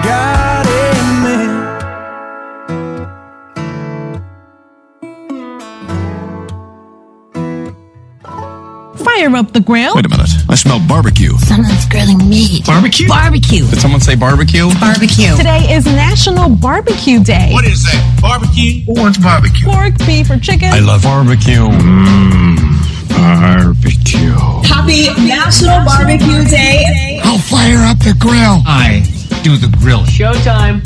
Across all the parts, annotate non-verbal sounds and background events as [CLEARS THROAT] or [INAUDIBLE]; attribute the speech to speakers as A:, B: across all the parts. A: God in me.
B: Fire up the grill.
C: Wait a minute. I smell barbecue.
D: Someone's grilling meat.
C: Barbecue?
D: Barbecue.
C: Did someone say barbecue?
D: Barbecue.
B: Today is National Barbecue Day.
C: is that? Barbecue? Who wants barbecue?
B: Pork, beef, or chicken?
C: I love barbecue. Mmm. Barbecue.
E: Happy National Barbecue Day.
F: I'll fire up the grill.
C: I do the grill.
G: Showtime.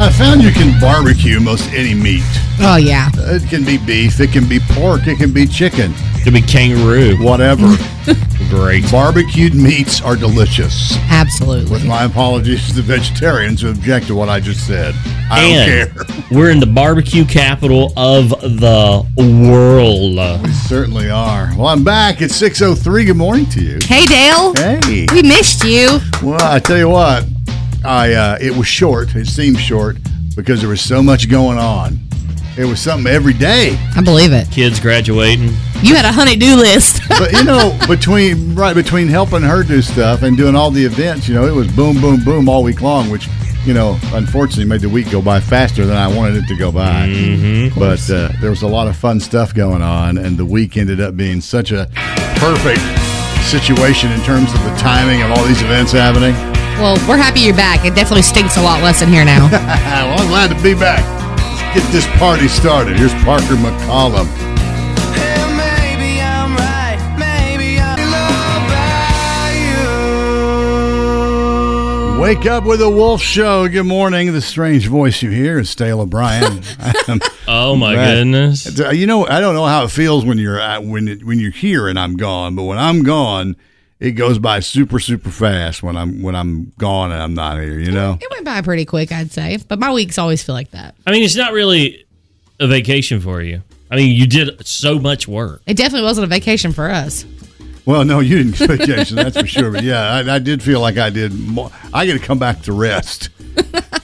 H: I found you can barbecue most any meat.
B: oh yeah.
H: It can be beef, it can be pork, it can be chicken,
C: Could be kangaroo.
H: whatever.
C: [LAUGHS] Great.
H: Barbecued meats are delicious. With
B: Absolutely.
H: my apologies to the vegetarians who object to what I just said. I
G: and
H: don't care. [LAUGHS]
G: we're in the barbecue capital of the world.
H: We certainly are. Well, I'm back. It's 6.03. Good morning to you.
D: Hey, Dale.
H: Hey.
D: We missed you.
H: Well, I tell you what, I uh, it was short. It seemed short because there was so much going on. It was something every day.
D: I believe it.
G: Kids graduating.
D: You had a honey-do list.
H: but you know, between right between helping her do stuff and doing all the events, you know, it was boom, boom, boom all week long, which you know, unfortunately, made the week go by faster than I wanted it to go by. Mm-hmm. But uh, there was a lot of fun stuff going on, and the week ended up being such a perfect situation in terms of the timing of all these events happening.
D: well, we're happy you're back. It definitely stinks a lot less in here now.
H: Ah, well, I'm glad to be back. Let's get this party started. Here's Parker McCollum.
A: And maybe I'm right. Maybe I'm in love by you.
H: Wake up with a wolf show. Good morning. The strange voice you hear is Dale
A: [LAUGHS]
H: O'Brien. I'm
G: Oh my
H: back.
G: goodness.
H: Uh, You know, I don't know how it feels when you're at, when it, when you're here and I'm gone, but when I'm gone, it goes by super super fast. When I'm when I'm gone and I'm not here, you know.
D: it went by pretty quick, I'd say. But my weeks always feel like that.
G: I mean, it's not really a vacation for you. I mean, you did so much work.
D: It definitely wasn't a vacation for us.
H: Well, no, you didn't expect Jason, that's for sure. But yeah, I, I did feel like I did. More, I got to come back to rest.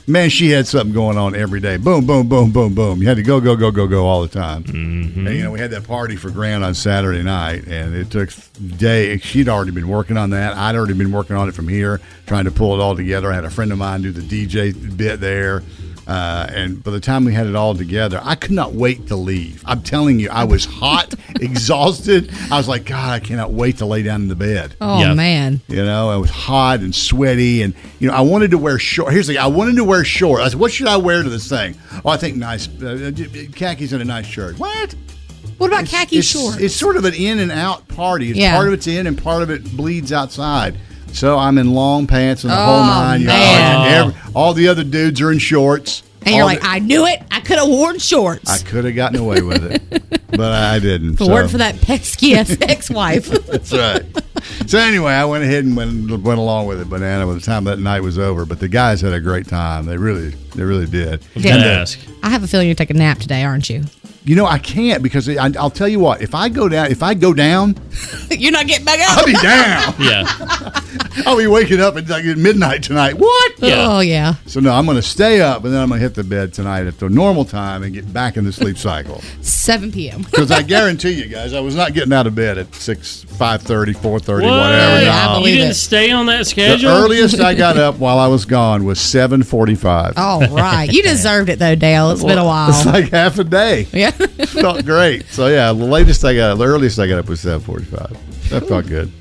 H: Man, she had something going on every day. Boom, boom, boom, boom, boom. You had to go, go, go, go, go all the time. And, you know, we had that party for Grant on Saturday night, and it took day. She'd already been working on that. I'd already been working on it from here, trying to pull it all together. I had a friend of mine do the DJ bit there. Uh, and by the time we had it all together, I could not wait to leave. I'm telling you, I was hot, [LAUGHS] exhausted. I was like, God, I cannot wait to lay down in the bed.
D: Oh
G: Yeah.
D: man.
H: You know, I was hot and sweaty, and you know, I wanted to wear short. Here's the thing: I wanted to wear short. I said, "What should I wear to this thing?" Oh, I think nice uh, uh, khakis and a nice shirt. What?
D: What about khaki
H: it's,
D: shorts?
H: It's sort of an in and out party. It's
D: Yeah.
H: Part of it's in, and part of it bleeds outside. So I'm in long pants and the whole
D: Oh,
H: nine. yards,
D: man.
H: and every- all the other dudes are in shorts.
D: and you're
H: All
D: like,
H: the-
D: I knew it. I could have worn shorts.
H: I could have gotten away with it,
D: [LAUGHS]
H: but I didn't.
D: If it
H: so-
D: weren't for that
H: [LAUGHS]
D: pesky ex-wife.
H: That's right. So anyway, I went ahead and went, went along with it, banana. By the time that night was over, but the guys had a great time. They really, they really
G: I
H: did.
D: Yeah.
G: was gonna ask.
D: I have a feeling you're taking a nap today, aren't you? [LAUGHS]
H: You know, I can't because I, I'll tell you what. If I go down, if I go down,
D: you're not getting back up.
H: I'll be down.
D: [LAUGHS]
G: Yeah.
H: I'll be waking up at like at midnight tonight. [LAUGHS] What?
G: Yeah.
D: Oh yeah.
H: So no, I'm going to stay up, and then I'm going to hit the bed tonight at the normal time and get back in the sleep cycle.
D: 7 p.m.
H: Because I guarantee you guys, I was not getting out of bed at six, five thirty, four thirty,
G: What?
H: whatever.
D: Yeah, I
H: No.
D: believe
G: You didn't
D: it.
G: stay on that
H: The
G: schedule?
H: earliest I got up while I was gone was 7:45.
D: All
H: [LAUGHS]
D: right. You deserved it though, Dale. It's been a while.
H: It's like half a day.
D: [LAUGHS] Yeah.
H: [LAUGHS] Felt great. So yeah, the latest I got, the earliest I got up was 7:45. That felt good.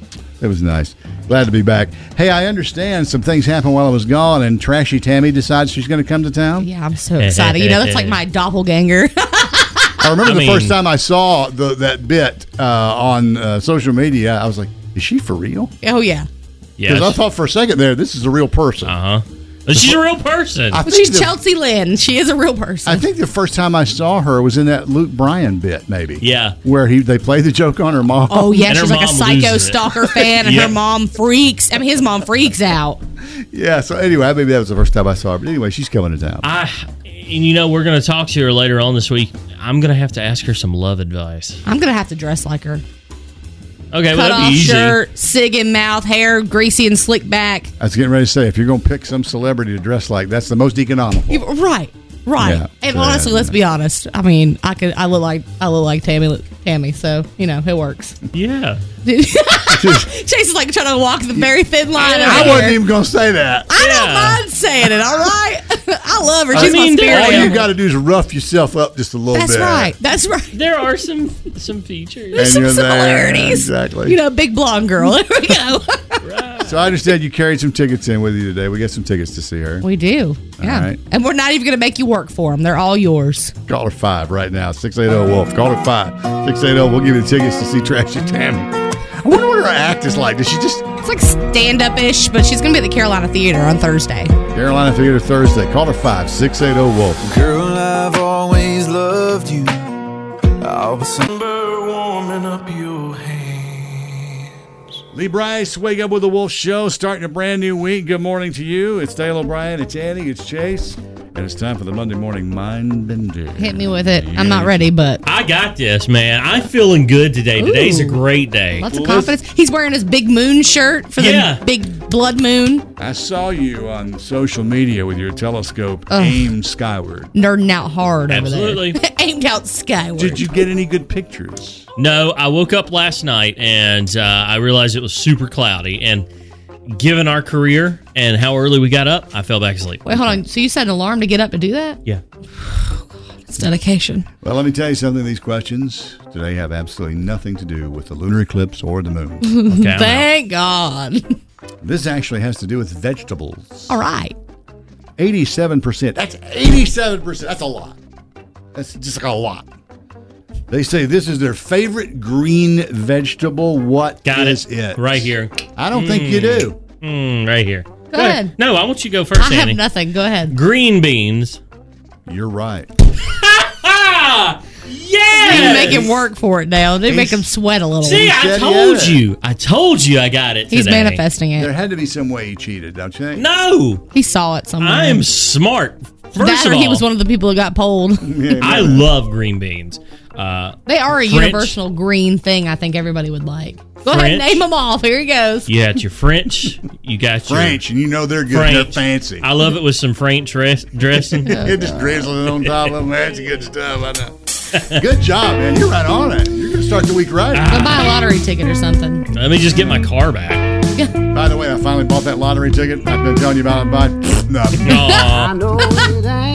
H: It was nice. Glad to be back. Hey, I understand some things happened while I was gone, and Trashy Tammy decides she's going to come to town.
D: Yeah, I'm so excited. You know, that's like my doppelganger. [LAUGHS]
H: I remember
G: I
H: the
G: mean-
H: first time I saw the, that bit uh, on uh, social media, I was like, "Is she for real?"
D: oh yeah.
H: Because I
G: Yes.
H: thought for a second there, this is a real person.
G: Uh huh. She's a real person.
H: I
D: But
H: think
D: she's
H: the-
D: Chelsea Lynn. She is a real person.
H: I think the first time I saw her was in that Luke Bryan bit, maybe.
G: Yeah.
H: Where he they played the joke on her mom.
D: oh yeah,
G: And her
D: she's like a
G: mom
D: psycho
G: loses it. [LAUGHS]
D: stalker fan, and
G: Yeah.
D: her mom freaks. I mean, his mom freaks out.
H: Yeah. So anyway, maybe that was the first time I saw her. But anyway, she's coming to town.
G: I, and you know, we're going to talk to her later on this week. I'm going to have to ask her some love advice.
D: I'm gonna have to dress like her.
G: Okay, well,
D: Cut
G: that'd
D: off
G: be easy.
D: shirt, sig in mouth, hair greasy and slick back.
H: I was getting ready to say, if you're going to pick some celebrity to dress like, that's the most economical.
D: You- Right, right.
H: Yeah,
D: and
H: yeah.
D: honestly, let's be honest. I mean, I could. I look like I look like Tammy. Tammy. So you know, it works. [LAUGHS]
G: Yeah.
D: Chase is like trying to walk the very thin line. over
H: I
D: here.
H: wasn't even going to say that.
D: I don't
G: Yeah.
D: mind saying it. All right, [LAUGHS] I love her. She's
G: mean,
D: my spirit
G: all
H: All you
D: animal.
H: got to do is rough yourself up just a little
D: That's
H: bit.
D: right. That's right.
G: There are some some features.
H: And
D: Some
H: you're there.
D: similarities.
H: Exactly.
D: You know, big blonde girl. [LAUGHS] There we go.
H: so I understand you carried some tickets in with you today. We got some tickets to see her.
D: We do. Yeah.
H: right.
D: And we're not even going to make you work for them. They're all yours.
H: Call her five right now. 680 Wolf. Call her five. 680. We'll give you the tickets to see Trashy Tammy. I wonder what her act is like. Does she just
D: It's like stand up ish, but she's going to be at the Carolina Theater on Thursday.
H: Carolina Theater Thursday? Call her five. 680 Wolf.
A: Girl, I've always loved you. I was somewhere warming up your hand.
H: Lee Bryce, wake up with the Wolf Show, starting a brand new week. Good morning to you. It's Dale O'Brien, it's Annie, it's Chase, and it's time for the Monday morning mind bender.
D: Hit me with it. I'm not ready, but
G: I got this, man. I'm feeling good today. Today's a great day.
D: lots of confidence. He's wearing his big moon shirt for the
G: Yeah.
D: big blood moon.
H: I saw you on social media with your telescope aimed skyward.
D: Nerding out hard
G: Absolutely.
D: over there. [LAUGHS] Aimed out skyward.
H: Did you get any good pictures?
G: No, I woke up last night and uh, I realized it was super cloudy. And given our career and how early we got up, I fell back asleep.
D: Wait, hold on. So you set an alarm to get up to do that?
G: Yeah.
D: It's dedication.
H: Well, let me tell you something. These questions today have absolutely nothing to do with the lunar eclipse or the moon.
D: [LAUGHS]
G: Okay, I'm out.
D: Thank God.
H: this actually has to do with vegetables.
D: [LAUGHS] All right.
H: 87%. That's 87%. That's a lot. That's just like a lot. They say this is their favorite green vegetable. What
G: Got
H: is
G: it. Right here. Hmm.
H: I don't think you do.
G: Mm, right here. Go,
D: ahead.
G: No, I want you to go first,
D: I have
G: Annie.
D: nothing. Go ahead.
G: Green beans.
H: You're right.
G: Ah!
D: You
G: Yeah!
D: make him work for it, Dale. They make him sweat a little.
G: See, I
H: Said
G: told
H: yes.
G: you. I told you I got it
D: He's
G: today.
D: manifesting it.
H: There had to be some way he cheated, don't you think?
G: No!
D: He saw it somewhere.
G: I am smart. First
D: That
G: of
D: or
G: all,
D: he was one of the people who
G: [LAUGHS]
D: got polled.
G: I love green beans. Uh,
D: They are a
G: French.
D: universal green thing. I think everybody would like. Go ahead,
G: French.
D: name them off. Here he goes.
G: you got your French. You got your
H: French, and you know they're good. They're
G: French.
H: fancy.
G: I love it with some French dress,
D: [LAUGHS]
G: dressing.
H: You're just drizzling on top
G: [LAUGHS]
H: of them. That's good stuff. I know. good job, man. You're right on it. You're going to start the week right.
G: Ah.
D: Go buy a lottery ticket or something. [LAUGHS]
G: Let me just get my car back.
H: By the way, I finally bought that lottery ticket. I've been telling you about it. Bye. No.
G: [LAUGHS] Aw.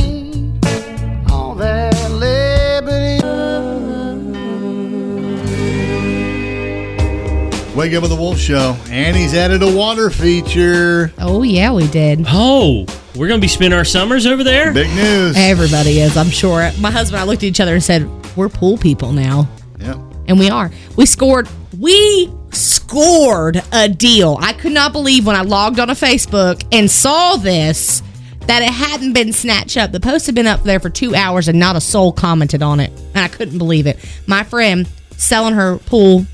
H: Wake up with the Wolf Show. Annie's added a water feature.
D: Oh yeah, we did.
G: oh, we're gonna be spending our summers over there.
H: Big news.
D: Everybody is, I'm sure. My husband and I looked at each other and said, "We're pool people now."
H: Yep. [LAUGHS]
D: and we are. We scored. We scored a deal. I could not believe when I logged on to Facebook and saw this that it hadn't been snatched up. The post had been up there for two hours and not a soul commented on it, and I couldn't believe it. My friend selling her pool,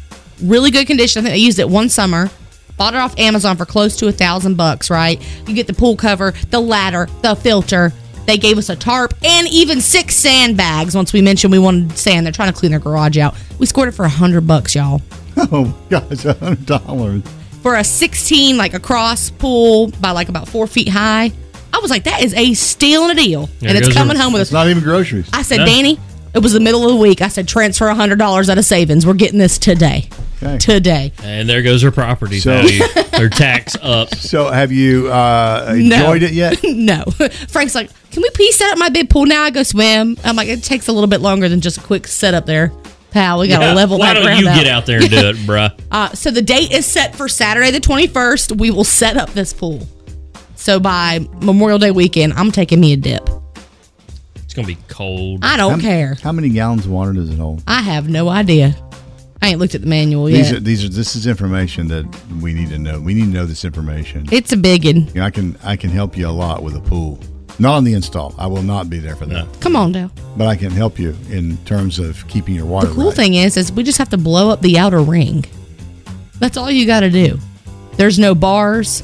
D: really good condition. I think they used it one summer. Bought it off Amazon for close to a thousand bucks. Right? You get the pool cover, the ladder, the filter. They gave us a tarp and even six sandbags. Once we mentioned we wanted sand, they're trying to clean their garage out. We scored it for a hundred bucks, y'all,
H: Oh, my gosh, $100.
D: for a sixteen like across pool by like about four feet high. I was like, that is a steal and a deal,
G: There
D: and it's
G: goes
D: coming
G: our-
D: home with
H: It's
D: us.
H: not even groceries.
D: I said,
G: No.
D: Danny, it was the middle of the week. I said, transfer a hundred dollars out of savings. We're getting this today, [LAUGHS]
H: Okay.
D: today.
G: And there goes her property
H: So- [LAUGHS]
G: value. her tax up.
H: So, have you uh, enjoyed
D: [LAUGHS]
H: it yet?
D: no. Frank's like, can we please set up my big pool now? I go swim. I'm like, it takes a little bit longer than just a quick setup there. Pal, we got to
G: Yeah,
D: level
G: Why
D: that
G: don't
D: ground
G: you
D: out.
G: get out there and do
D: [LAUGHS]
G: it, bruh?
D: Uh, so the date is set for Saturday the 21st. We will set up this pool. So by Memorial Day weekend, I'm taking me a dip.
G: It's gonna be cold.
D: I don't
H: How-
D: care.
H: How many gallons of water does it hold?
D: I have no idea. I ain't looked at the manual
H: These
D: yet.
H: are these are this is information that we need to know. We need to know this information.
D: it's a biggin.
H: You know, I can I can help you a lot with a pool. Not on the install. I will not be there for that.
D: Come on, Dale.
H: But I can help you in terms of keeping your water.
D: The cool
H: right.
D: thing is, is we just have to blow up the outer ring. That's all you got to do. There's no bars,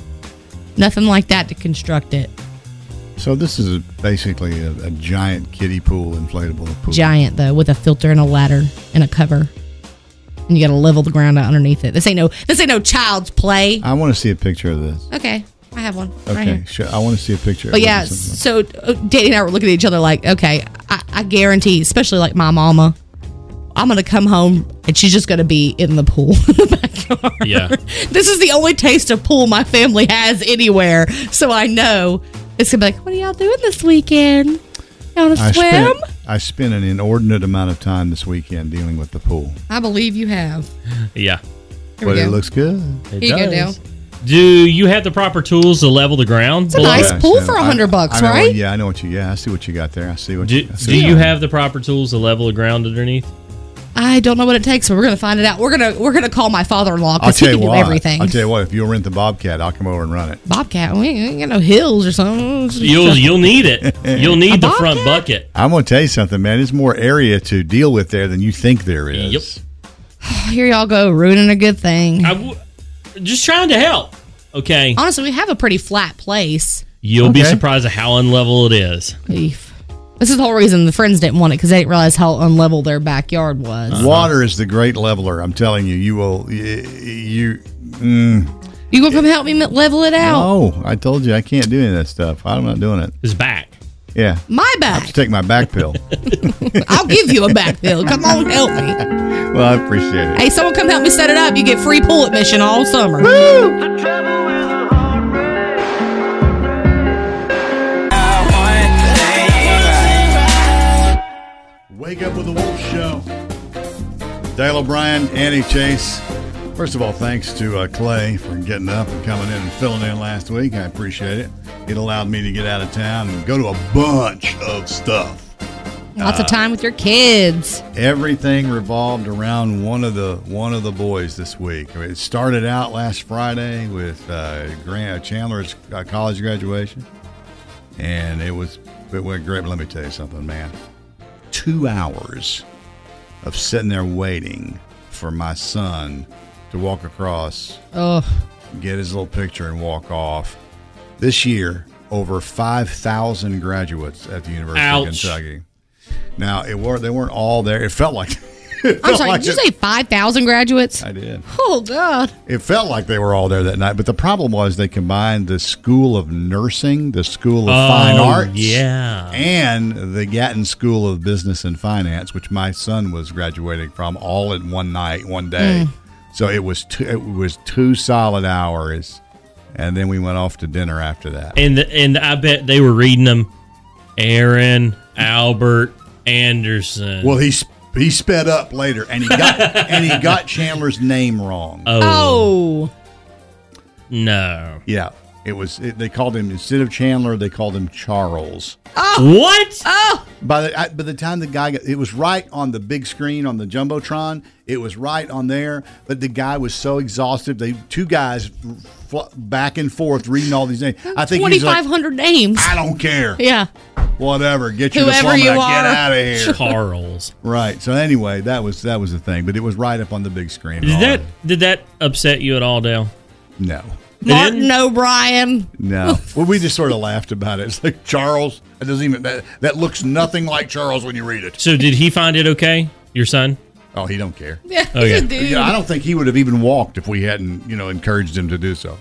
D: nothing like that to construct it.
H: So this is a, basically a, a giant kiddie pool, inflatable pool.
D: Giant though, with a filter and a ladder and a cover, and you got to level the ground out underneath it. This ain't no, this ain't no child's play.
H: I want to see a picture of this.
D: Okay, I have one right
H: Okay,
D: here.
H: sure. I want to see a picture.
D: But
H: of
D: yeah,
H: this.
D: so uh, Danny and I were looking at each other like, okay, I, I guarantee, especially like my mama, I'm gonna come home and she's just gonna be in the pool [LAUGHS] in the backyard.
G: Yeah.
D: this is the only taste of pool my family has anywhere, so I know it's gonna be like, what are y'all doing this weekend? Y'all wanna
H: I
D: swim?
H: spent I spent an inordinate amount of time this weekend dealing with the pool,
D: I believe you have.
G: Yeah.
D: Here
H: but
D: we go.
H: it looks good.
G: It
D: Here you go,
G: does.
D: Dale.
G: Do you have the proper tools to level the ground?
D: a
G: below?
D: nice- It's
H: Yeah,
D: pool
H: so
D: for
H: I-
D: 100 bucks,
H: I know-
D: right?
H: Yeah, I know what you. Yeah, I see what you got there. I see what.
G: Do,
H: you, I see
G: do
H: what
G: you have the proper tools to level the ground underneath?
D: I don't know what it takes, but we're gonna find it out. We're gonna we're gonna call my father-in-law
H: I'll
D: because he
H: tell
D: can
H: you
D: do
H: what.
D: everything.
H: I'll tell you what. If you'll rent the Bobcat, I'll come over and run it.
D: Bobcat, we ain't we ain't got no hills or something.
G: You'll you'll need it. You'll need the front
D: bobcat?
G: bucket.
H: I'm going to tell you something, man. There's more area to deal with there than you think there is.
G: Yep.
D: Here y'all go, ruining a good thing.
G: I w- just trying to help. Okay.
D: Honestly, we have a pretty flat place.
G: You'll be
H: Okay.
G: surprised at how unlevel it is.
D: Oof. This is the whole reason the friends didn't want it because they didn't realize how unlevel their backyard was.
G: Uh,
H: Water is the great leveler. I'm telling you, you will. y- You. Mm,
D: You gonna come help me me- level it out?
H: oh, I told you I can't do any of that stuff. I'm not doing it.
G: It's back.
H: Yeah.
D: My
H: To
D: back.
H: take my back [LAUGHS] pill.
D: I'll give you a back bill. Come on, help me.
H: well, I appreciate it.
D: Hey, someone come help me set it up. You get free pool admission all summer.
H: Wake up with the Wolf Show. Dale O'Brien, Annie Chase. First of all, thanks to uh, Clay for getting up and coming in and filling in last week. I appreciate it. It allowed me to get out of town and go to a bunch of stuff.
D: Lots of time with your kids.
H: Everything revolved around one of the one of the boys this week. I mean, It started out last Friday with uh, Grant Chandler's uh, college graduation, and it was it went great. But let me tell you something, man. Two hours of sitting there waiting for my son to walk across,
D: Oh,
H: get his little picture, and walk off. This year, over five thousand graduates at the University
G: Ouch.
H: of Kentucky. Now it were they weren't all there. It felt like [LAUGHS] it
D: I'm
H: felt
D: sorry.
H: like
D: Did you
H: it-
D: say five thousand graduates?
H: I did.
D: Oh God.
H: It felt like they were all there that night, but the problem was they combined the School of Nursing, the School of Fine
G: Oh,
H: Arts,
G: Yeah.
H: and the Gatton School of Business and Finance, which my son was graduating from, all in one night, one day. So it was two, it was two solid hours, and then we went off to dinner after that.
G: And the, and I bet they were reading them. Aaron Albert Anderson.
H: Well, he sp- he sped up later, and
G: [LAUGHS]
H: he got and he got Chandler's name wrong.
D: Oh.
G: no.
H: Yeah, it was. It, they called him instead of Chandler, they called him Charles.
D: Ah.
G: What?
H: By the I, by the time the guy got, it was right on the big screen on the jumbotron. It was right on there, but the guy was so exhausted. They two guys fl- back and forth reading all these names. I think
D: Twenty
H: he's
D: five
H: like,
D: hundred names.
H: I don't care.
D: Yeah.
H: Whatever, get you
D: Whoever
H: diploma.
D: you
H: Get
D: are."
H: out of
D: [LAUGHS]
H: here.
G: Charles.
H: Right. So anyway, that was that was the thing, but it was right up on the big screen. and
G: Did
H: all
G: that
H: of it.
G: did that upset you at all, Dale?
H: No.
D: Martin
G: didn't?
D: O'Brien. [LAUGHS]
H: No. well, we just sort of laughed about it. It's like Charles. It doesn't even that, that looks nothing like Charles when you read it.
G: So did he find it okay? Your son?
H: Oh, he don't care.
D: Yeah.
G: Oh,
D: [LAUGHS]
G: yeah.
D: Dude.
H: Yeah, I don't think he would have even walked if we hadn't, you know, encouraged him to
D: [LAUGHS]
H: do so.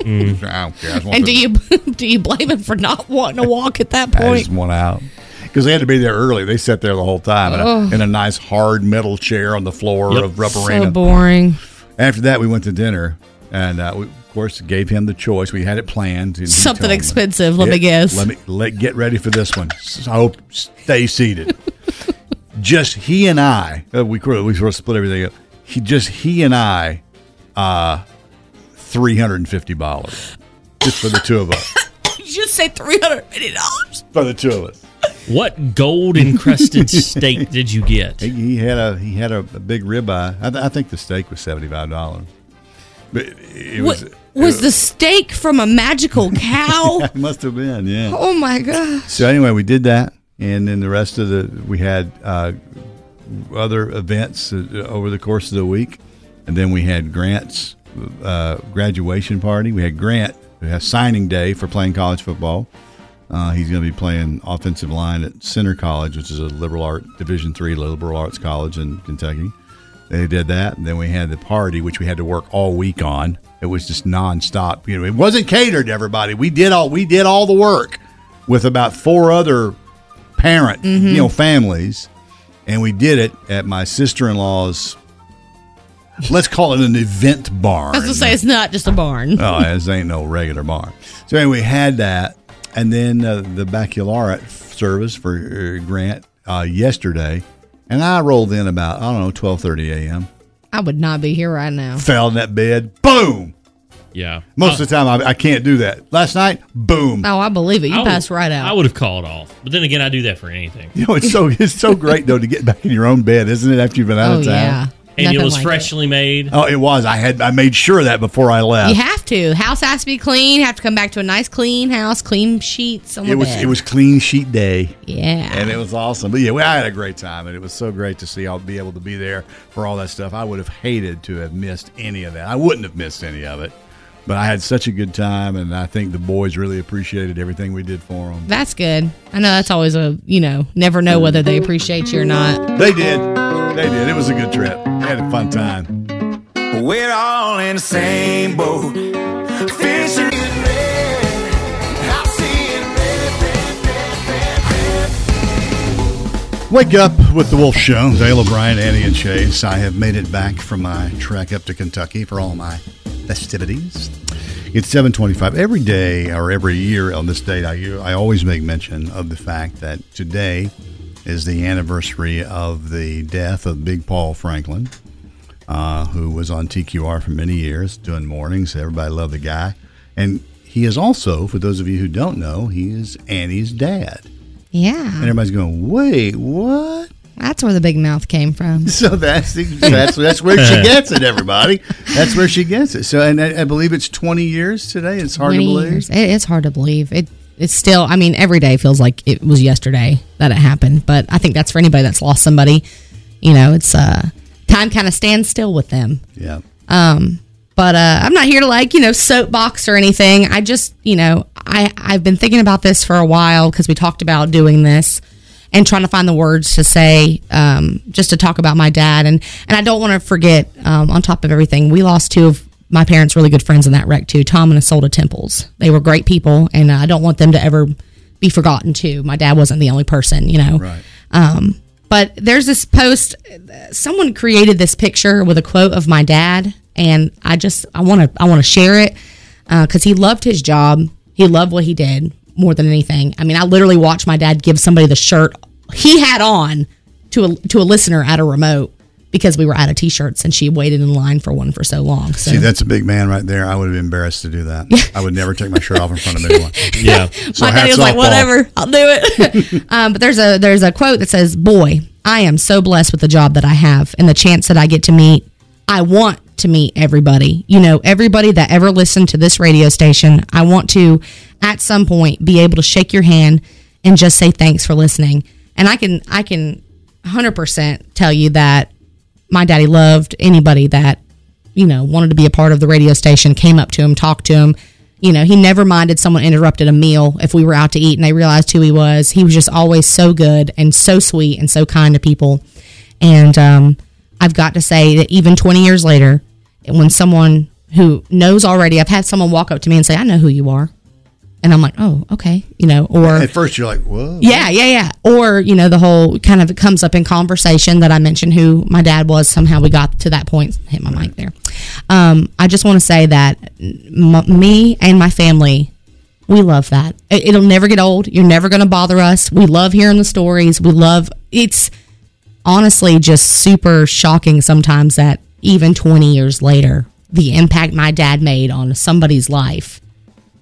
H: Mm. I don't care. I just want
D: And
H: to-
D: do you do you [LAUGHS] blame him for not wanting to walk at that
H: I just
D: point?
H: want out because they had to be there early. They sat there the whole time in a, in a nice hard metal chair on the floor
G: Yep.
H: of Rubberina.
D: So boring.
H: After that, we went to dinner, and uh, we, of course gave him the choice. We had it planned. and he
D: Something
H: told me,
D: expensive, let me
H: "Yeah,
D: guess."
H: Let me let get ready for this one. So stay seated. [LAUGHS] just he and I, uh, we cr- we sort of split everything up. He just he and I, uh, three hundred and fifty dollars just for the two of us. [LAUGHS]
D: You just say three hundred fifty dollars.
H: for the two of us.
G: What gold
D: [LAUGHS]
G: encrusted steak did you get?
H: He, he had a he had a, a big ribeye. I, th- I think the steak was seventy five dollars. But it was
D: Was, was the steak from a magical
H: [LAUGHS]
D: cow?
H: it must have been yeah.
D: oh my god!
H: So anyway, we did that, and then the rest of the we had uh, other events uh, over the course of the week, and then we had Grant's uh, graduation party. We had Grant who has signing day for playing college football. Uh, he's going to be playing offensive line at Center College, which is a liberal art Division three liberal arts college in Kentucky. They did that, and then we had the party, which we had to work all week on. It was just nonstop. You know, it wasn't catered to everybody. We did all we did all the work with about four other parent,
D: Mm-hmm.
H: you know, families, and we did it at my sister in law's. Let's call it an event barn.
D: I was gonna say it's not just a barn.
H: Oh, this ain't no regular barn. So anyway, we had that, and then uh, the baccalaureate service for uh, Grant uh, yesterday, and I rolled in about I don't know twelve thirty a.m.
D: I would not be here right now.
H: Fell in that bed, boom.
G: Yeah.
H: Most of the time I, I can't do that. Last night, boom.
D: Oh, I believe it. You
G: I would-
D: passed right out.
G: I would have called off. But then again, I do that for anything.
H: You know it's so it's so great though to get back in your own bed, isn't it? After you've been out
D: oh
H: of town.
D: yeah.
G: And
D: Nothing
G: it was
D: like
G: freshly made.
H: Oh, it was. I had I made sure of that before I left.
D: You have to. House has to be clean. Have to come back to a nice clean house, clean sheets. On the
H: it was
D: bed.
H: it was clean sheet day,
D: Yeah.
H: and it was awesome. But yeah, well, I had a great time, and it was so great to see. I'll be able to be there for all that stuff. I would have hated to have missed any of that. I wouldn't have missed any of it. But I had such a good time, and I think the boys really appreciated everything we did for them.
D: that's good. I know that's always a you know never know whether they appreciate you or not.
H: They did, they did. It was a good trip. They had a fun time.
A: We're all in the same boat. Fishing in red. I see it red, red, red, red, red.
H: Wake up with the Wolf Show. Dale O'Brien, Annie, and Chase. I have made it back from my trek up to Kentucky for all my festivities. It's 725. Every day or every year on this date, I, I always make mention of the fact that today is the anniversary of the death of Big Paul Franklin, uh, who was on TQR for many years doing mornings. Everybody loved the guy. And he is also, for those of you who don't know, he is Annie's dad. And
D: Yeah,
H: everybody's going, wait, what?
D: that's where the big mouth came from.
H: [LAUGHS] So that's that's that's where she [LAUGHS] gets it, everybody. That's where she gets it. So, and I, I believe it's twenty years today. It's hard to
D: 20
H: believe.
D: years. It, it's hard to believe. It it's still. I mean, every day feels like it was yesterday that it happened. But I think that's for anybody that's lost somebody. You know, it's uh time kind of stands still with them.
H: Yeah,
D: Um, but uh, I'm not here to like you know soapbox or anything. I just you know I I've been thinking about this for a while because we talked about doing this and trying to find the words to say um, just to talk about my dad and and I don't want to forget um, on top of everything we lost two of my parents really good friends in that wreck too Tom and Isolde Temples they were great people and uh, I don't want them to ever be forgotten too my dad wasn't the only person you know
H: right.
D: um, but there's this post. Someone created this picture with a quote of my dad, and I just I want to I want to share it because he loved his job. He loved what he did more than anything. I mean, I literally watched my dad give somebody the shirt he had on to a to a listener at a remote because we were out of t-shirts and she waited in line for one for so long. So
H: See, that's a big man right there. I would have been embarrassed to do that. I would never take my shirt off in
D: [LAUGHS]
H: front of anyone.
G: Yeah.
H: So
D: my daddy was
H: hats
D: like,
H: off, Paul.
D: "Whatever, I'll do it." [LAUGHS] um, but there's a there's a quote that says, "Boy, I am so blessed with the job that I have and the chance that I get to meet. I want to meet everybody. You know, everybody that ever listened to this radio station. I want to, at some point, be able to shake your hand and just say thanks for listening. And I can I can 100% tell you that my daddy loved anybody that you know wanted to be a part of the radio station came up to him talked to him you know he never minded someone interrupted a meal if we were out to eat and they realized who he was he was just always so good and so sweet and so kind to people and um, i've got to say that even 20 years later when someone who knows already i've had someone walk up to me and say i know who you are and i'm like oh okay you know or
H: At first, you're like, "Whoa."
D: yeah, yeah, yeah. Or, you know, the whole kind of it comes up in conversation that I mentioned who my dad was. Somehow we got to that point. Hit my mic there. Um, I just want to say that m- me and my family, we love that. It- it'll never get old. You're never going to bother us. We love hearing the stories. We love it's honestly just super shocking sometimes that even 20 years later, the impact my dad made on somebody's life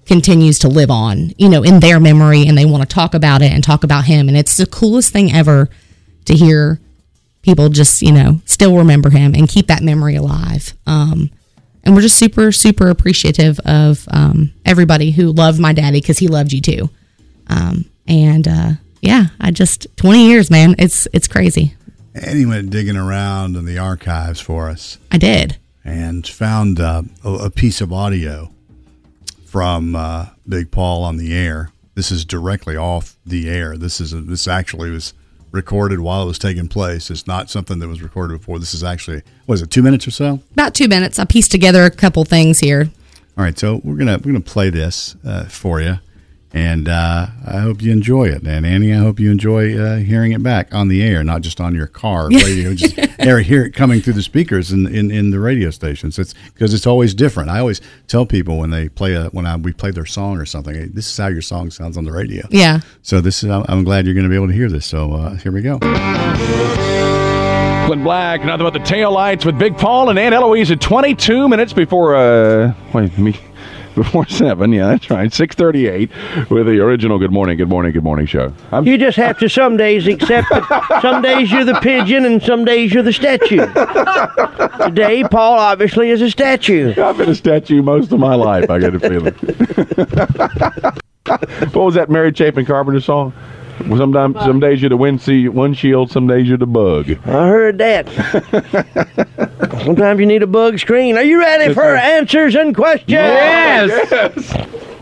D: continues to live on, you know, in their memory and they want to talk about it and talk about him. And it's the coolest thing ever to hear people just, you know, still remember him and keep that memory alive. Um, and we're just super, super appreciative of um, everybody who loved my daddy because he loved you too. Um, and uh, yeah, I just 20 years, man. It's it's crazy.
H: And he went digging around in the archives for us
D: I did.
H: and found uh, a, a piece of audio from uh, Big Paul on the air. This is directly off the air. This is this actually was recorded while it was taking place. It's not something that was recorded before. This is actually was it two minutes or so?
D: About two minutes. I pieced together a couple things here.
H: All right, so we're gonna we're gonna play this uh, for you, and uh, I hope you enjoy it. And Annie, I hope you enjoy uh, hearing it back on the air, not just on
D: [LAUGHS]
H: your car radio, just air, hear it coming through the speakers in in, in the radio stations. It's because it's always different. I always tell people when they play a when I, we play their song or something, hey, this is how your song sounds on the radio.
D: Yeah.
H: So this is I'm, I'm glad you're gonna be able to hear this. So uh, here we go.
F: Brooklyn Black, nothing but the tail lights with Big Paul and Aunt Eloise at 22 minutes before, uh, wait, let me, [LAUGHS] before 7. Yeah, that's right. 638 with the original Good Morning, Good Morning, Good Morning show. I'm,
I: You just have to some days accept that some days you're the pigeon and some days you're the statue. Today, Paul obviously is a statue.
F: I've been a statue most of my life, I get a [LAUGHS] feeling. what was that Mary Chapin Carpenter song? Sometimes, some days you're the windsea- windshield, some days you're the bug.
I: I heard that. Sometimes you need a bug screen. Are you ready for answers and questions?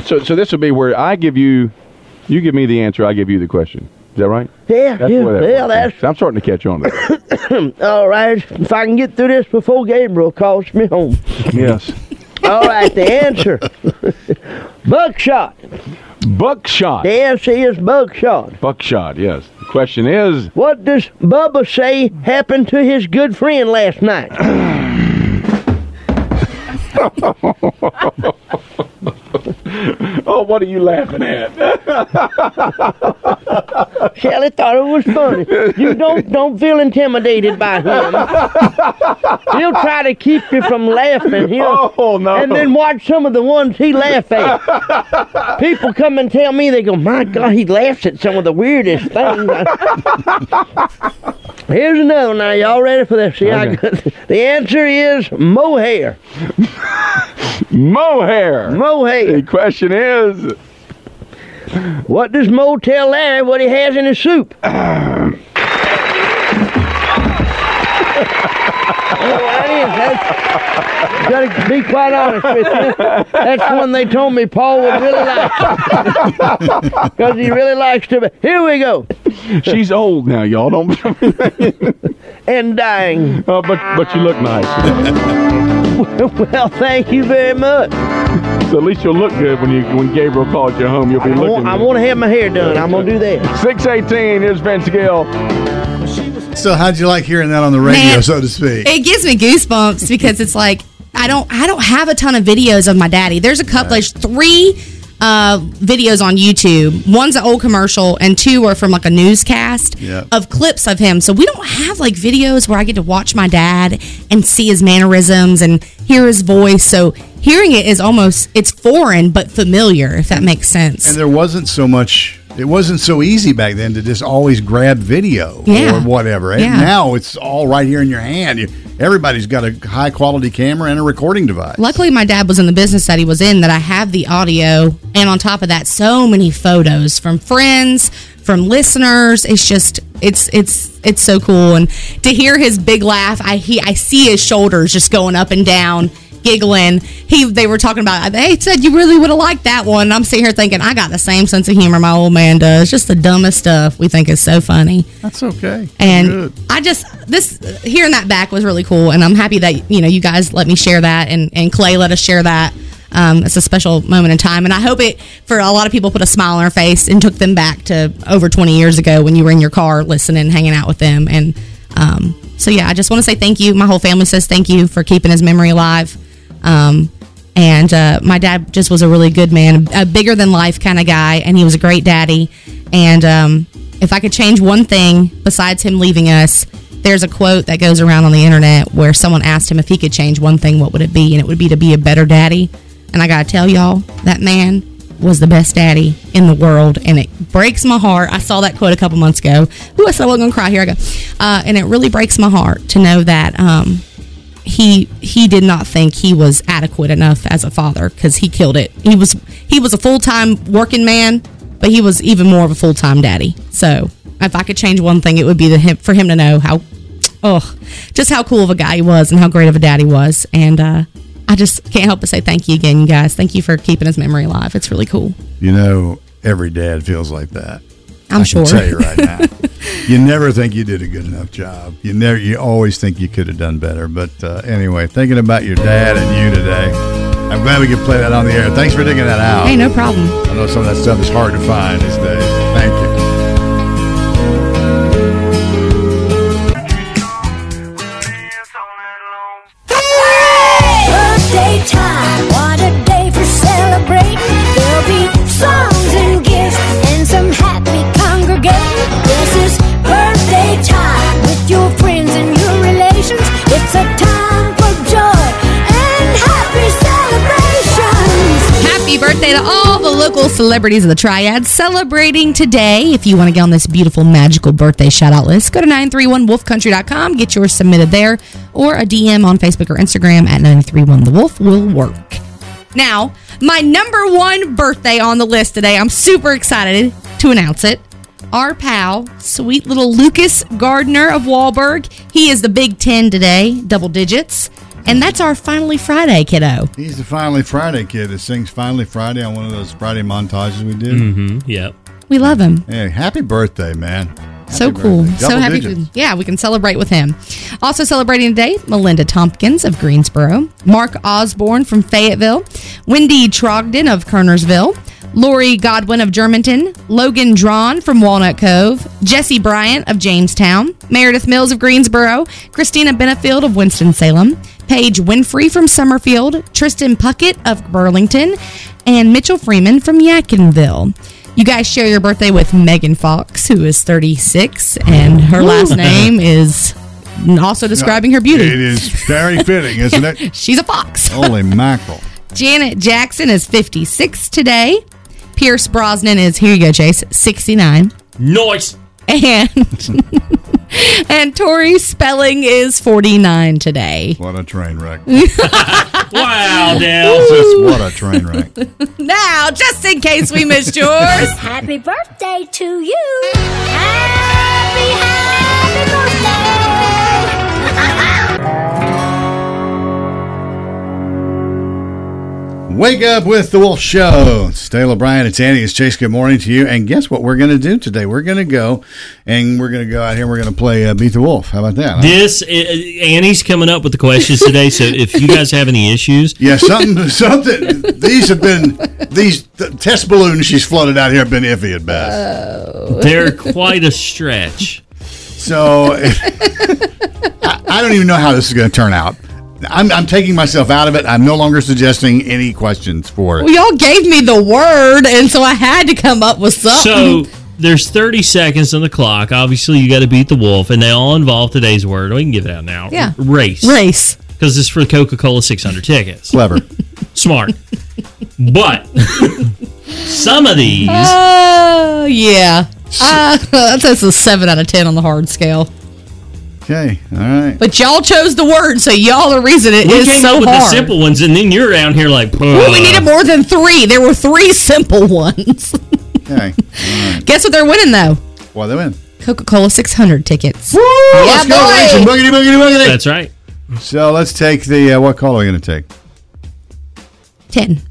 F: So, so this would be where I give you, you give me the answer, I give you the question. Is that right?
I: Yeah,
F: That's
I: yeah,
F: the way that
I: yeah,
F: works.
I: that's
F: I'm starting to catch on to that.
I: all right. If I can get through this before Gabriel calls me home.
F: [LAUGHS] yes.
I: All right, the answer. [LAUGHS] buckshot.
F: Buckshot.
I: The answer is buckshot.
F: Buckshot, yes. The question is,
I: What does Bubba say happened to his good friend
F: [LAUGHS]
I: last night?
F: oh, what are you laughing at?
I: Shelly thought it was funny. You don't don't feel intimidated by him. He'll try to keep you from laughing. He'll,
F: [LAUGHS] Oh, no.
I: And then watch some of the ones he laugh
F: [LAUGHS]
I: at. People come and tell me they go, my God, he laughs at some of the weirdest things.
F: [LAUGHS]
I: Here's another one. Now y'all ready for this? See, I
F: Okay.
I: got, the answer is mohair.
F: Mohair. the
I: Mohair.
F: question is,
I: What does Mo tell Larry what he has in his soup? oh, that is. That's, gotta be quite honest with you. That's one they told me Paul would really like. [LAUGHS] Because he really likes to. Be. Here we go.
F: she's old now, y'all. Don't. [LAUGHS] uh,
I: And dying. [LAUGHS]
F: but but you look nice.
I: well, thank you very much.
F: So at least you'll look good when you when Gabriel calls you home. You'll be
I: I
F: looking.
I: want, I want to have my hair done. I'm going to do that.
F: Six eighteen. Here's Vince Gill.
H: So how'd you like hearing that on the radio,
D: Man.
H: so to speak?
D: It gives me goosebumps because it's like I don't I don't have a ton of videos of my daddy. There's a couple. There's three uh, videos on YouTube. One's an old commercial, and two are from like a newscast
H: Yeah.
D: of clips of him. So we don't have like videos where I get to watch my dad and see his mannerisms and hear his voice. So hearing it is almost it's foreign but familiar, if that makes sense.
H: And there wasn't so much. It wasn't so easy back then to just always grab video
D: Yeah.
H: or whatever. And
D: Yeah.
H: now it's all right here in your hand. You, everybody's got a high quality camera and a recording device.
D: Luckily, my dad was in the business that he was in, that I have the audio. And on top of that, so many photos from friends, from listeners. It's just, it's, it's, it's so cool. And to hear his big laugh, I, he, I see his shoulders just going up and down, giggling. He, they were talking about, they said you really would have liked that one. And I'm sitting here thinking, I got the same sense of humor my old man does. Just the dumbest stuff we think is so funny.
H: That's okay.
D: And
H: Good.
D: I just this hearing that back was really cool, and I'm happy that you know you guys let me share that, and and Clay let us share that. Um, it's a special moment in time, and I hope it for a lot of people put a smile on their face and took them back to over 20 years ago when you were in your car listening, hanging out with them, and um, so yeah, I just want to say thank you. My whole family says thank you for keeping his memory alive. Um, and uh, my dad just was a really good man, a bigger than life kind of guy, and he was a great daddy. And um, if I could change one thing besides him leaving us, There's a quote that goes around on the internet where someone asked him if he could change one thing, what would it be? And it would be to be a better daddy. And I got to tell y'all, that man was the best daddy in the world. And it breaks my heart. I saw that quote a couple months ago. Ooh, I said I wasn't going to cry. Here I go. Uh, and it really breaks my heart to know that um, he he did not think he was adequate enough as a father because he killed it. He was he was a full time working man, but he was even more of a full time daddy. So if I could change one thing, it would be the him, for him to know how, oh, just how cool of a guy he was and how great of a dad he was. And uh, I just can't help but say thank you again, you guys. Thank you for keeping his memory alive. It's really cool.
H: You know, every dad feels like that.
D: I'm
H: I
D: sure.
H: Can tell you right now, you never think you did a good enough job. You never, you always think you could have done better. But uh, anyway, thinking about your dad and you today, I'm glad we could play that on the air. Thanks for digging that out.
D: [LAUGHS] Hey, no problem.
H: I know some of that stuff is hard to find these days. Thank you.
A: Birthday time, what a day for celebrating. There'll be songs and gifts and some happy congregating. This is birthday time with your friends and your relations. It's a time for joy and happy celebrations.
D: Happy birthday to all the local celebrities of the Triad celebrating today. If you want to get on this beautiful, magical birthday shout out list, go to 931wolfcountry.com, get yours submitted there, or a DM on Facebook or Instagram at 931 The Wolf will work. Now, my number one birthday on the list today, I'm super excited to announce it. Our pal, sweet little Lucas Gardner of Wahlberg, he is the Big Ten today, double digits. And that's our Finally Friday, kiddo.
H: He's the Finally Friday kid that sings Finally Friday on one of those Friday montages we did.
G: Mm-hmm. Yep.
D: We love him.
H: Hey, happy birthday, man.
D: So
H: Happy
D: cool.
H: birthday.
D: So
H: Double
D: happy.
H: digits.
D: to- yeah, we can celebrate with him. Also celebrating today, Melinda Tompkins of Greensboro, Mark Osborne from Fayetteville, Wendy Trogdon of Kernersville, Lori Godwin of Germantown, Logan Drawn from Walnut Cove, Jesse Bryant of Jamestown, Meredith Mills of Greensboro, Christina Benefield of Winston-Salem, Paige Winfrey from Summerfield, Tristan Puckett of Burlington, and Mitchell Freeman from Yakinville. You guys share your birthday with Megan Fox, who is 36, and her last
H: [LAUGHS]
D: name is also describing her
H: It
D: beauty.
H: is very fitting, isn't
D: [LAUGHS]
H: it?
D: She's a fox.
H: Holy mackerel.
D: Janet Jackson is 56 today. Pierce Brosnan is, here you go, Chase, 69.
G: Noise.
D: And, [LAUGHS] and Tori Spelling is 49 today.
H: What a train
D: [LAUGHS]
H: wreck.
G: Wow, Dale.
H: Just what a train wreck.
D: Now, just in case we
H: [LAUGHS]
D: missed yours.
A: Happy birthday to you. Happy, happy birthday.
H: Wake up with the Wolf Show. It's Dale O'Brien. It's Annie. It's Chase. Good morning to you. And guess what we're going to do today? We're going to go and we're going to go out here and we're going to play uh, Beat the Wolf. How about that? huh?
G: This i- Annie's coming up with the questions today, so if you guys have any issues,
H: Yeah, something, [LAUGHS] something. These have been, these the test balloons she's floated out here have been iffy at
D: Uh,
H: best.
G: they're quite a stretch.
H: So [LAUGHS] I, I don't even know how this is going to turn out. I'm, I'm taking myself out of it. I'm no longer suggesting any questions for it.
D: [LAUGHS] Well, y'all gave me the word, and so I had to come up with something.
G: So there's 30 seconds on the clock. Obviously, you got to beat the wolf, and they all involve today's word. We can give it out now.
D: Yeah.
G: Race.
D: race.
G: Because it's for Coca Cola 600 tickets.
H: Clever.
G: Smart. but some of these,
D: Oh yeah. Uh, that's a seven out of ten on the hard scale.
H: Okay. All right.
D: But y'all chose the word, so y'all the reason it
G: we
D: is
G: came
D: so
G: up with the
D: hard.
G: simple ones, and then you're around here like,
D: Well, we
G: "Ugh."
D: needed more than three. There were three [LAUGHS] simple ones.
H: Okay. All right.
D: Guess what they're winning though?
H: Well, they win.
D: Coca Cola 600 tickets.
H: Woo! Let's go,
D: boy.
H: Rachel. Boogity, boogity, boogity.
G: That's right.
H: So let's take the uh, what call are we going to take?
D: Ten.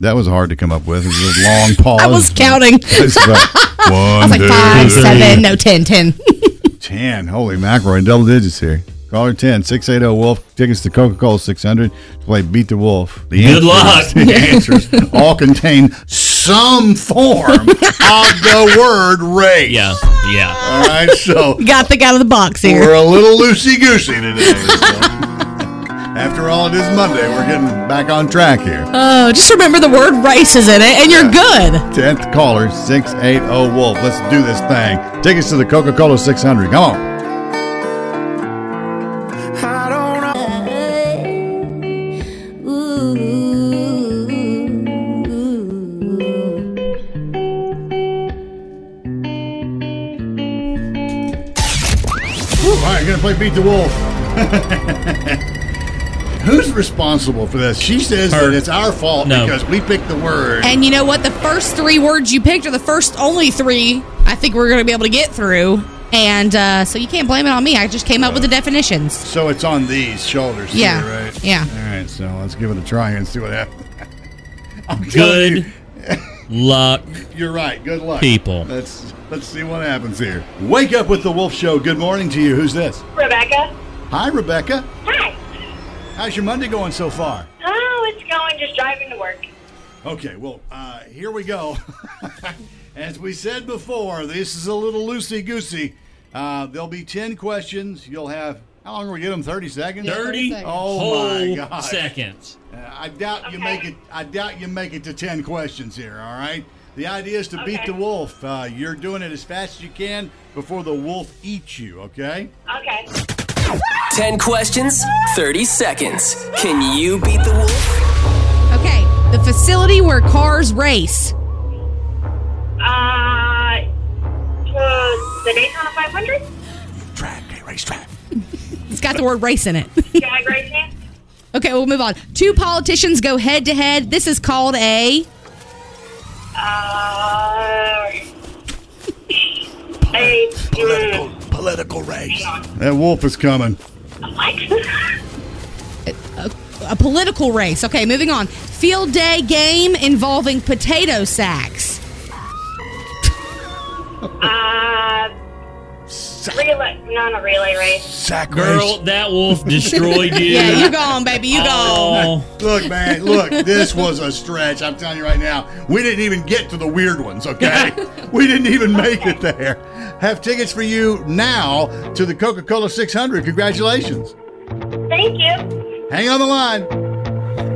H: That was hard to come up with. It was a long pause.
D: [LAUGHS] I was counting. [LAUGHS] I
H: It's about one,
D: was like
H: two,
D: five,
H: three,
D: seven, no ten, ten. [LAUGHS]
H: ten. Holy mackerel! in Double digits here. Caller 10, 680 Wolf. Tickets to Coca Cola 600 to play Beat the Wolf. The
G: Good
H: answers-
G: luck.
H: [LAUGHS] The answers all contain some form of the word race.
G: Yeah. Yeah.
H: All right. So
D: Got the out of the box here.
H: We're a little loosey goosey today. so. After all, it is Monday. We're getting back on track here.
D: Oh, just remember the word race is in it, and you're good.
H: Tenth caller, six oh eight zero Wolf. Let's do this thing. Tickets to the Coca Cola six hundred. Come on. All right, gonna play Beat the Wolf. [LAUGHS] Who's responsible for this? She says that it's our fault because we picked the word.
D: And you know what? The first three words you picked are the first only three I think we're going to be able to get through. And uh, so you can't blame it on me. I just came up with the definitions.
H: so it's on these shoulders.
D: Yeah,
H: Here, right?
D: yeah.
H: All right. So let's give it a try and see what happens. [LAUGHS] I'm telling you,
G: Good luck.
H: You're right. Good luck,
G: People.
H: Let's let's see what happens here. Wake up with the Wolf Show. Good morning to you. Who's this?
J: Rebecca.
H: Hi, Rebecca. Hi. How's your Monday going so far?
J: Oh, it's going. Just driving to work.
H: Okay, well, uh, here we go. [LAUGHS] As we said before, this is a little loosey goosey. Uh, there'll be 10 questions. You'll have, how long will we get them? 30 seconds?
G: Yeah, 30 30
H: Oh, my
G: whole
H: God.
G: seconds.
H: Uh, I doubt you make it. I doubt you make it to 10 questions here, all right? The idea is to beat the wolf. Uh, you're doing it as fast as you can before the wolf eats you, okay?
J: Okay.
K: 10 questions, 30 seconds. Can you beat the wolf?
D: Okay, the facility where cars race.
J: Uh, to the Daytona 500?
D: [LAUGHS] It's got the word race in it. [LAUGHS]
J: Drag racing?
D: Okay, we'll move on. Two politicians go head to head. This is called a.
J: Uh, a, political,
H: political race. That wolf is coming.
D: a, a political race. Okay, moving on. Field day game involving potato sacks.
J: Uh, relay, not a relay race.
H: Sack
G: Girl, that
H: [LAUGHS]
G: wolf destroyed you.
D: yeah,
G: [LAUGHS]
D: you gone, baby. You
G: Oh.
D: gone.
H: Look, man, look, this was a stretch. I'm telling you right now. We didn't even get to the weird
J: [LAUGHS]
H: ones, okay? we didn't even make it there. Have tickets for you now to the Coca Cola 600. Congratulations.
J: Thank you.
H: Hang on the line.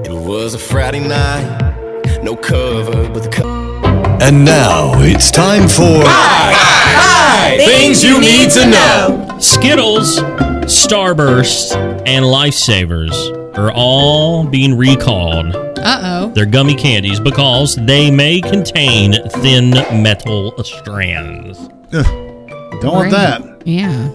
L: It was a Friday night, no cover, but the cover.
M: And now it's time for
G: Things you need to know. Skittles, Starburst, and Lifesavers are all being recalled.
D: Uh
G: They're gummy candies because they may contain thin metal strands.
H: Don't
G: want that.
D: Yeah.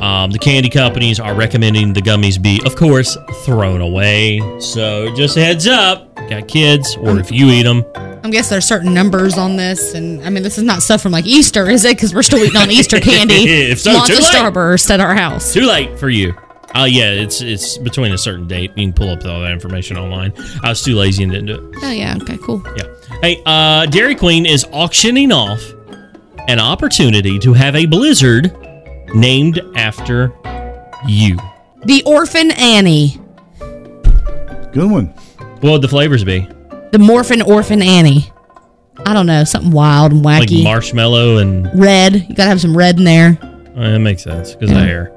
G: Um, the candy companies are recommending the gummies be, of course, thrown away. So just a heads up, got kids, or if you eat them,
D: I guess there's certain numbers on this, and I mean, this is not stuff from like Easter, is it? Because we're still
G: [LAUGHS]
D: eating on Easter candy.
G: If so,
D: Lots
G: too
D: of
G: late.
D: Starburst at our house.
G: Too late for you. Oh yeah, it's it's between a certain date. You can pull up all that information online. I was too lazy and didn't do
D: Oh yeah. Okay. Cool.
G: it. Yeah. Hey, uh, Dairy Queen is auctioning off an opportunity to have a blizzard named after you.
D: The Orphan Annie.
H: Good one.
G: What would the flavors be?
D: The Morphin Orphan Annie. I don't know. Something wild and
G: Like
D: wacky.
G: marshmallow and
D: red. You gotta have some red in there.
G: uh, that makes sense because of hair.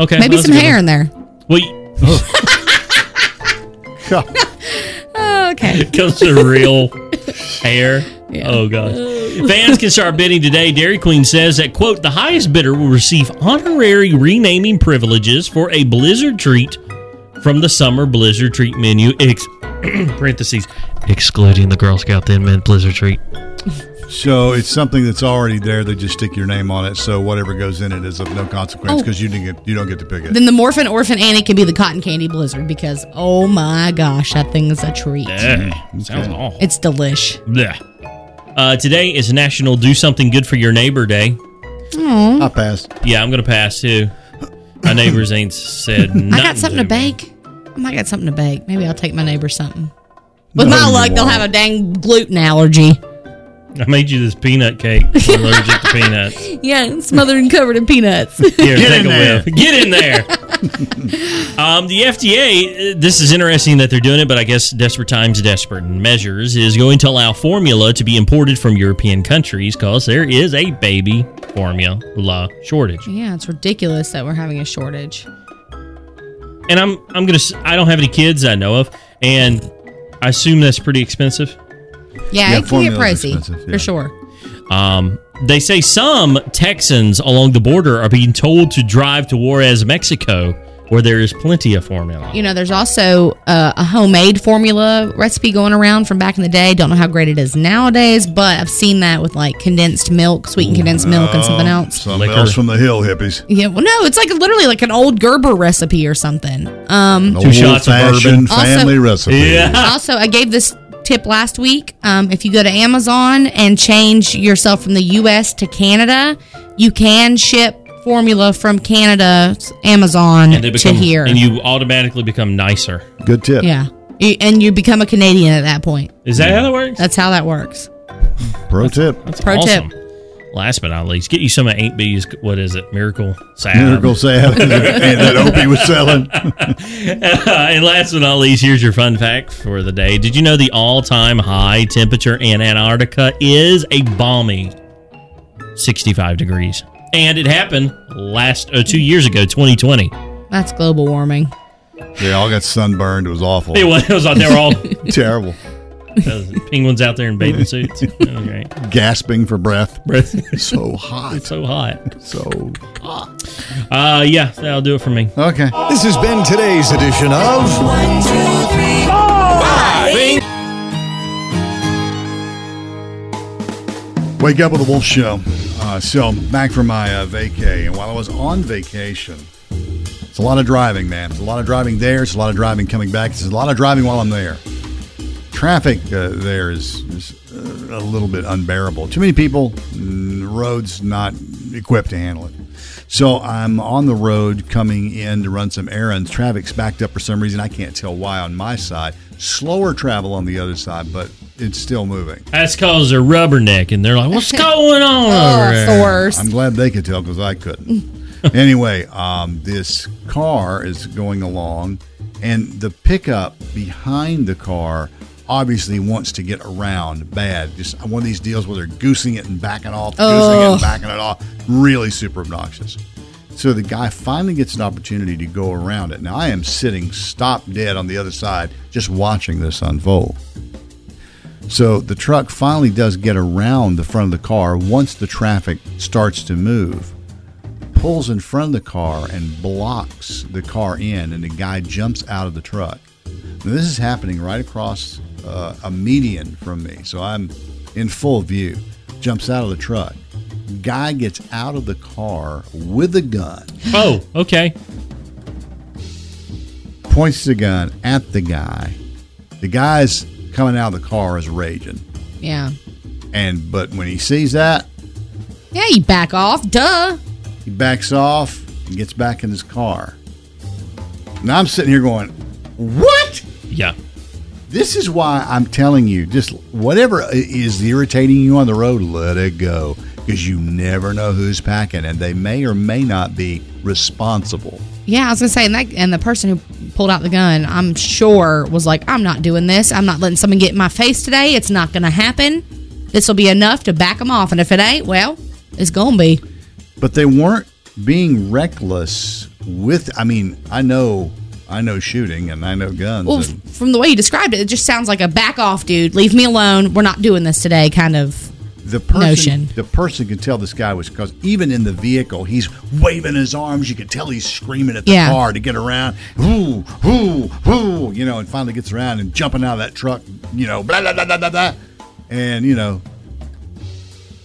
G: Okay,
D: Maybe
G: well, that's
D: some
G: a good
D: hair
G: one.
D: in there.
G: Well,
D: [LAUGHS]
G: you-
D: Oh, okay.
G: [LAUGHS] comes to real hair. Oh gosh. Fans can start bidding today. Dairy Queen says that quote the highest bidder will receive honorary renaming privileges for a blizzard treat from the summer blizzard treat menu. Ex- [CLEARS THROAT] parentheses excluding the Girl Scout Thin Mint Blizzard treat.
H: So it's something that's already there. They just stick your name on it. So whatever goes in it is of no consequence
D: Oh.
H: because you didn't get you don't get to pick it.
D: Then the Morphin Orphan Annie can be the Cotton Candy Blizzard because oh my gosh, that thing is a treat. Mm-hmm.
H: Mm-hmm.
G: Yeah, sounds awful.
D: It's delish.
G: Blech. Uh, today is National Do Something Good for Your Neighbor Day.
D: Aw.
H: I passed.
G: Yeah, I'm gonna pass too. My neighbors ain't said nothing.
D: [LAUGHS] I got something to
G: me.
D: bake. I might got something to bake. Maybe I'll take my neighbor something. With my
G: No, you
D: luck, they'll
G: won't.
D: have a dang gluten allergy.
G: I made you this peanut cake. I'm allergic [LAUGHS] to peanuts.
D: Yeah, smothered and covered in peanuts. [LAUGHS]
G: Here, take a whiff. Get in [LAUGHS] there. um, the FDA, uh, this is interesting that they're doing it, but I guess Desperate Times, Desperate Measures is going to allow formula to be imported from European countries because there is a baby formula shortage.
D: Yeah, it's ridiculous that we're having a shortage.
G: And I'm I'm gonna s- I don't have any kids I know of, and I assume that's pretty expensive. Yeah,
D: Yeah, it can get
G: formula's
D: pricey
G: expensive, yeah.
D: for sure.
G: Um, they say some Texans along the border are being told to drive to Juarez, Mexico where there is plenty of formula.
D: You know, there's also uh, a homemade formula recipe going around from back in the day. Don't know how great it is nowadays, but I've seen that with like condensed milk, sweetened condensed milk, and something
H: Oh,
D: else.
H: Something else from the hill, hippies.
D: Yeah, well, no, it's like literally like an old Gerber recipe or something. Um,
H: An Two shots of old-fashioned bourbon. family recipe. Yeah.
D: Also, I gave this tip last week. Um, if you go to Amazon and change yourself from the U.S. to Canada, you can ship formula from Canada's Amazon
G: and they become
D: to here.
G: and you automatically become nicer.
H: Good tip.
D: yeah, You- and you become a Canadian at that point.
G: Is that how that works?
D: That's how that works.
H: Pro tip.
G: That's
D: Pro
G: awesome. Last but not least, get you some of Aunt B's. What is it? Miracle salad.
H: Miracle salad [LAUGHS] and that Opie was selling.
G: [LAUGHS] and last but not least, here's your fun fact for the day. Did you know the all-time high temperature in Antarctica is a balmy 65 degrees, and it happened last uh, two years ago, 2020.
D: That's global warming.
H: They all got sunburned. It was awful.
G: It was. It was they were
D: [LAUGHS]
G: all
H: terrible.
G: those penguins out there in bathing suits. Okay.
H: Gasping for breath.
G: Breath.
H: So hot.
G: So hot.
H: So hot.
G: Uh, yeah, that'll do it for me.
H: Okay.
M: This has been today's edition of One, two, three, four, five.
H: Wake up with the Wolf Show. Uh, so back from my uh, vacay, and while I was on vacation, it's a lot of driving, man. It's a lot of driving there. It's a lot of driving coming back. It's a lot of driving while I'm there. Traffic uh, there is, is uh, a little bit unbearable. Too many people. mm, Roads not equipped to handle it. So I'm on the road coming in to run some errands. Traffic's backed up for some reason. I can't tell why on my side. Slower travel on the other side, but it's still moving.
G: That's cause they're rubberneck, and they're like,
D: [LAUGHS]
G: "What's going on?"
D: Oh,
G: over there?"
H: I'm glad they could tell because I couldn't. [LAUGHS] anyway, um, this car is going along, and the pickup behind the car obviously wants to get around bad. Just uh, one of these deals where they're goosing it and backing off, goosing it
N: Ugh.
H: and backing it off. Really super obnoxious. So the guy finally gets an opportunity to go around it. Now I am sitting stop dead on the other side, just watching this unfold. So the truck finally does get around the front of the car once the traffic starts to move, pulls in front of the car and blocks the car in, and the guy jumps out of the truck. Now, this is happening right across uh, a median from me, so I'm in full view. Jumps out of the truck. Guy gets out of the car with a gun.
G: Oh, okay.
H: Points the gun at the guy. The guy's coming out of the car is raging.
D: Yeah.
H: And but when he sees that,
D: Yeah, you back off. Duh.
H: he backs off and gets back in his car. Now I'm sitting here going, "What?
G: Yeah.
H: This is why I'm telling you, just whatever i- is irritating you on the road, let it go because you never know who's packing and they may or may not be responsible."
D: Yeah, I was gonna say, and that, and the person who pulled out the gun, I'm sure, was like, "I'm not doing this. I'm not letting someone get in my face today. It's not gonna happen. This will be enough to back them off. And if it ain't, well, it's gonna be."
H: but they weren't being reckless with i mean i know i know shooting and i know guns
D: Well,
H: and
D: from the way you described it, it just sounds like a back off, dude. Leave me alone. We're not doing this today. Kind of.
H: the person
D: notion.
H: the person could tell this guy was because even in the vehicle he's waving his arms you could tell he's screaming at the
D: Yeah.
H: car to get around whoo whoo whoo you know and finally gets around and jumping out of that truck you know blah blah blah blah blah, blah. and you know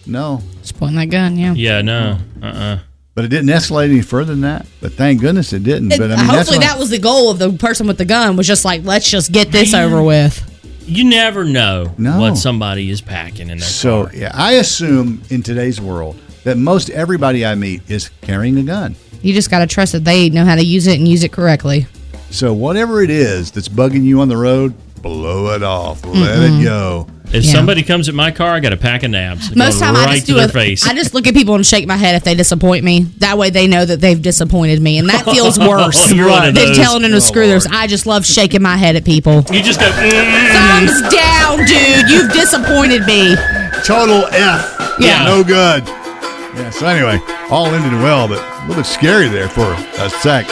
H: no
D: just pointing that gun yeah
G: Yeah, no. Uh-uh.
H: but it didn't escalate any further than that but thank goodness it didn't but i mean that's
D: Hopefully,
H: why-
D: that was the goal of the person with the gun was just like, let's just get this over with.
G: You never know what somebody is packing in their
H: So yeah, I assume in today's world that most everybody I meet is carrying a gun.
D: You just gotta trust that they know how to use it and use it correctly.
H: So whatever it is that's bugging you on the road, blow it off, let
D: Mm-hmm.
H: it go.
G: If
D: Yeah.
G: somebody comes at my car, I got a pack of nabs. It's
D: Most
G: going
D: time
G: right
D: I just
G: to
D: do
G: their
D: a,
G: face.
D: I just look at people and shake my head if they disappoint me. That way they know that they've disappointed me,
G: [LAUGHS]
D: and that feels worse
G: Oh, You're one
D: than
G: of those.
D: telling them to
G: Oh,
D: screw theirs. I just love shaking my head at people.
G: you just go. "Mm-hmm."
D: Thumbs down, dude. You've disappointed me.
H: Total F.
D: Yeah.
H: No good. Yeah. So anyway, all ended well, but a little bit scary there for a sec.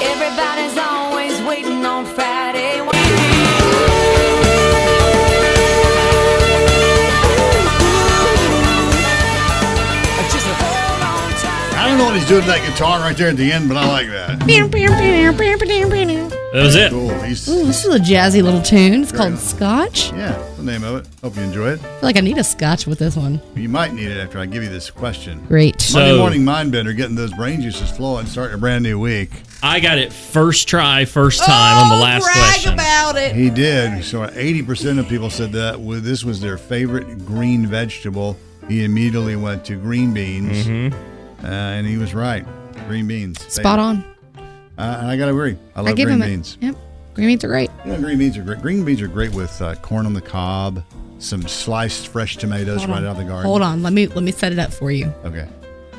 A: Everybody's always waiting on Friday.
G: I
H: don't know what he's doing to that guitar right there at the end, but I like that.
G: That was it.
H: Cool. He's
D: Ooh, this is a jazzy little tune. It's called Scotch.
H: Yeah, that's the name of it. Hope you enjoy it.
D: I feel like I need a Scotch with this one.
H: You might need it after I give you this question.
D: Great.
H: Monday
G: So-
H: morning mind bender, getting those brain juices flowing, starting a brand new week.
G: I got it first try, first time on the last question.
D: Oh, about it.
H: He did. So eighty percent of people said that wa- this was their favorite green vegetable. He immediately went to green beans, uh, and he was right. Green beans,
D: Spot on.
H: Uh, and I gotta agree. I love
D: give
H: green
D: him it.
H: beans.
D: Yep. Green beans are great.
H: You know, green beans are great. Green beans are great with uh, corn on the cob, some sliced fresh tomatoes
D: Hold
H: right
D: on.
H: out of the garden.
D: Hold on. Let me let me set it up for you.
H: Okay.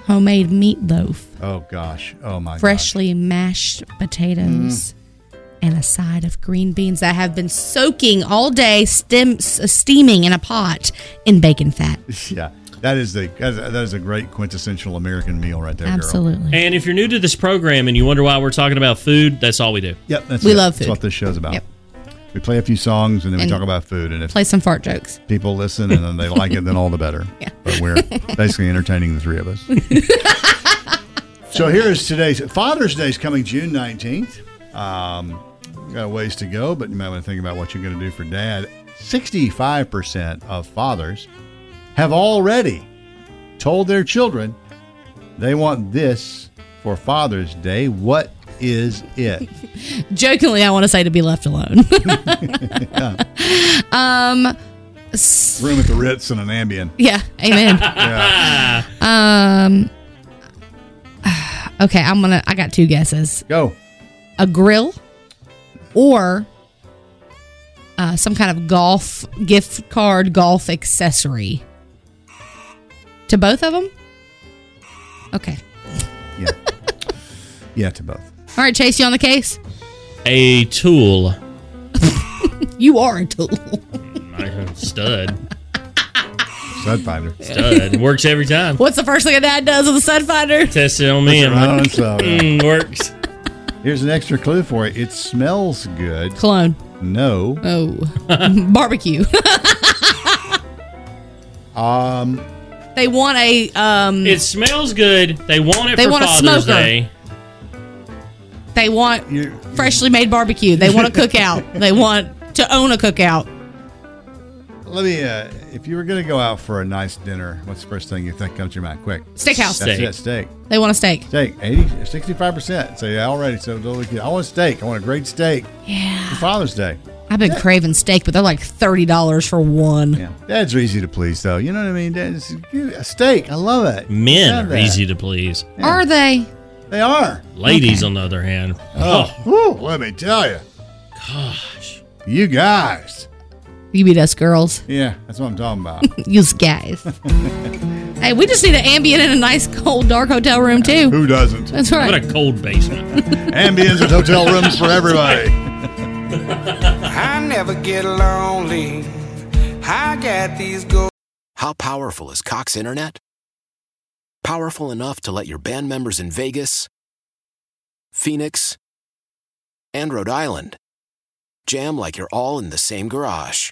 D: Homemade meatloaf,
H: Oh gosh. Oh my.
D: freshly mashed potatoes,
H: Mm.
D: and a side of green beans that have been soaking all day, stem, s- steaming in a pot in bacon fat.
H: Gosh. [LAUGHS] Yeah. That is the that is- that is a great quintessential American meal right there. Girl.
D: Absolutely.
G: And if you're new to this program and you wonder why we're talking about food, that's all we do.
H: Yep. That's
D: We
H: it.
D: love
H: That's
D: food.
H: what this show's about.
D: Yep.
H: We play a few songs and then
D: And
H: we talk about food and if
D: Play some fart jokes.
H: people listen and then they like it, then all the better. But we're basically entertaining the three of us. so here is today's Father's Day is coming June nineteenth. Um, got a ways to go, but you might want to think about what you're going to do for Dad. Sixty-five percent of fathers have already told their children they want this for Father's Day. What is it?
D: Jokingly, I want to say to be left
H: [LAUGHS]
D: alone. Um,
H: Room at the Ritz and an Ambien.
D: yeah. Amen.
H: [LAUGHS] Yeah.
D: Um. [SIGHS] Okay, I'm gonna. I got two guesses.
H: Go.
D: A grill, or uh, some kind of golf gift card, golf accessory. To both of them. Okay.
H: Yeah. yeah, to both.
D: All right, Chase, you on the case?
G: A tool.
D: You are a tool.
G: Stud.
H: Stud finder.
G: Stud. It works every time.
D: [LAUGHS] What's the first thing a dad does with a sun finder?
G: Test it on me.
H: Puts it
G: and
H: right
G: I'm
H: on
G: like,
H: its
G: [LAUGHS]
H: own.
G: "Mm, works.
H: Here's an extra clue for you. It smells good.
D: Cologne.
H: No.
D: Oh, [LAUGHS] barbecue.
H: Um.
D: they want a. Um,
G: It smells good. They want it
D: They
G: for
D: want a
G: Father's
D: smoker.
G: Day.
D: They want freshly made barbecue. They want a [LAUGHS] cookout. they want to own a cookout.
H: Let me. Uh, if you were gonna go out for a nice dinner, what's the first thing you think comes to your mind? Quick.
D: Steakhouse.
H: That's
D: Steak.
H: it. Steak.
D: They want a steak.
H: Steak. 80, 65 percent. So yeah, already. So totally good. I want a steak. I want a great steak.
D: Yeah.
H: For Father's Day.
D: I've been craving steak, but they're like thirty dollars for one.
H: Yeah. Dads are easy to please, though. You know what I mean? Dads, give- a steak. I love it.
G: Men
H: Love
G: are
H: that.
G: easy to please.
D: Are they?
H: They are.
G: Ladies, on the other hand.
H: Oh, whew, let me tell you. Gosh. You guys.
D: You beat us girls.
H: Yeah, that's what I'm talking about.
D: You guys. hey, we just need an ambient in a nice cold dark hotel room too.
H: Who doesn't? [LAUGHS]
D: That's right.
G: Oh, What a cold basement.
H: Ambience with hotel rooms for everybody.
N: I never get lonely. I got these goals.
O: How powerful is Cox Internet? Powerful enough to let your band members in Vegas, Phoenix, and Rhode Island jam like you're all in the same garage.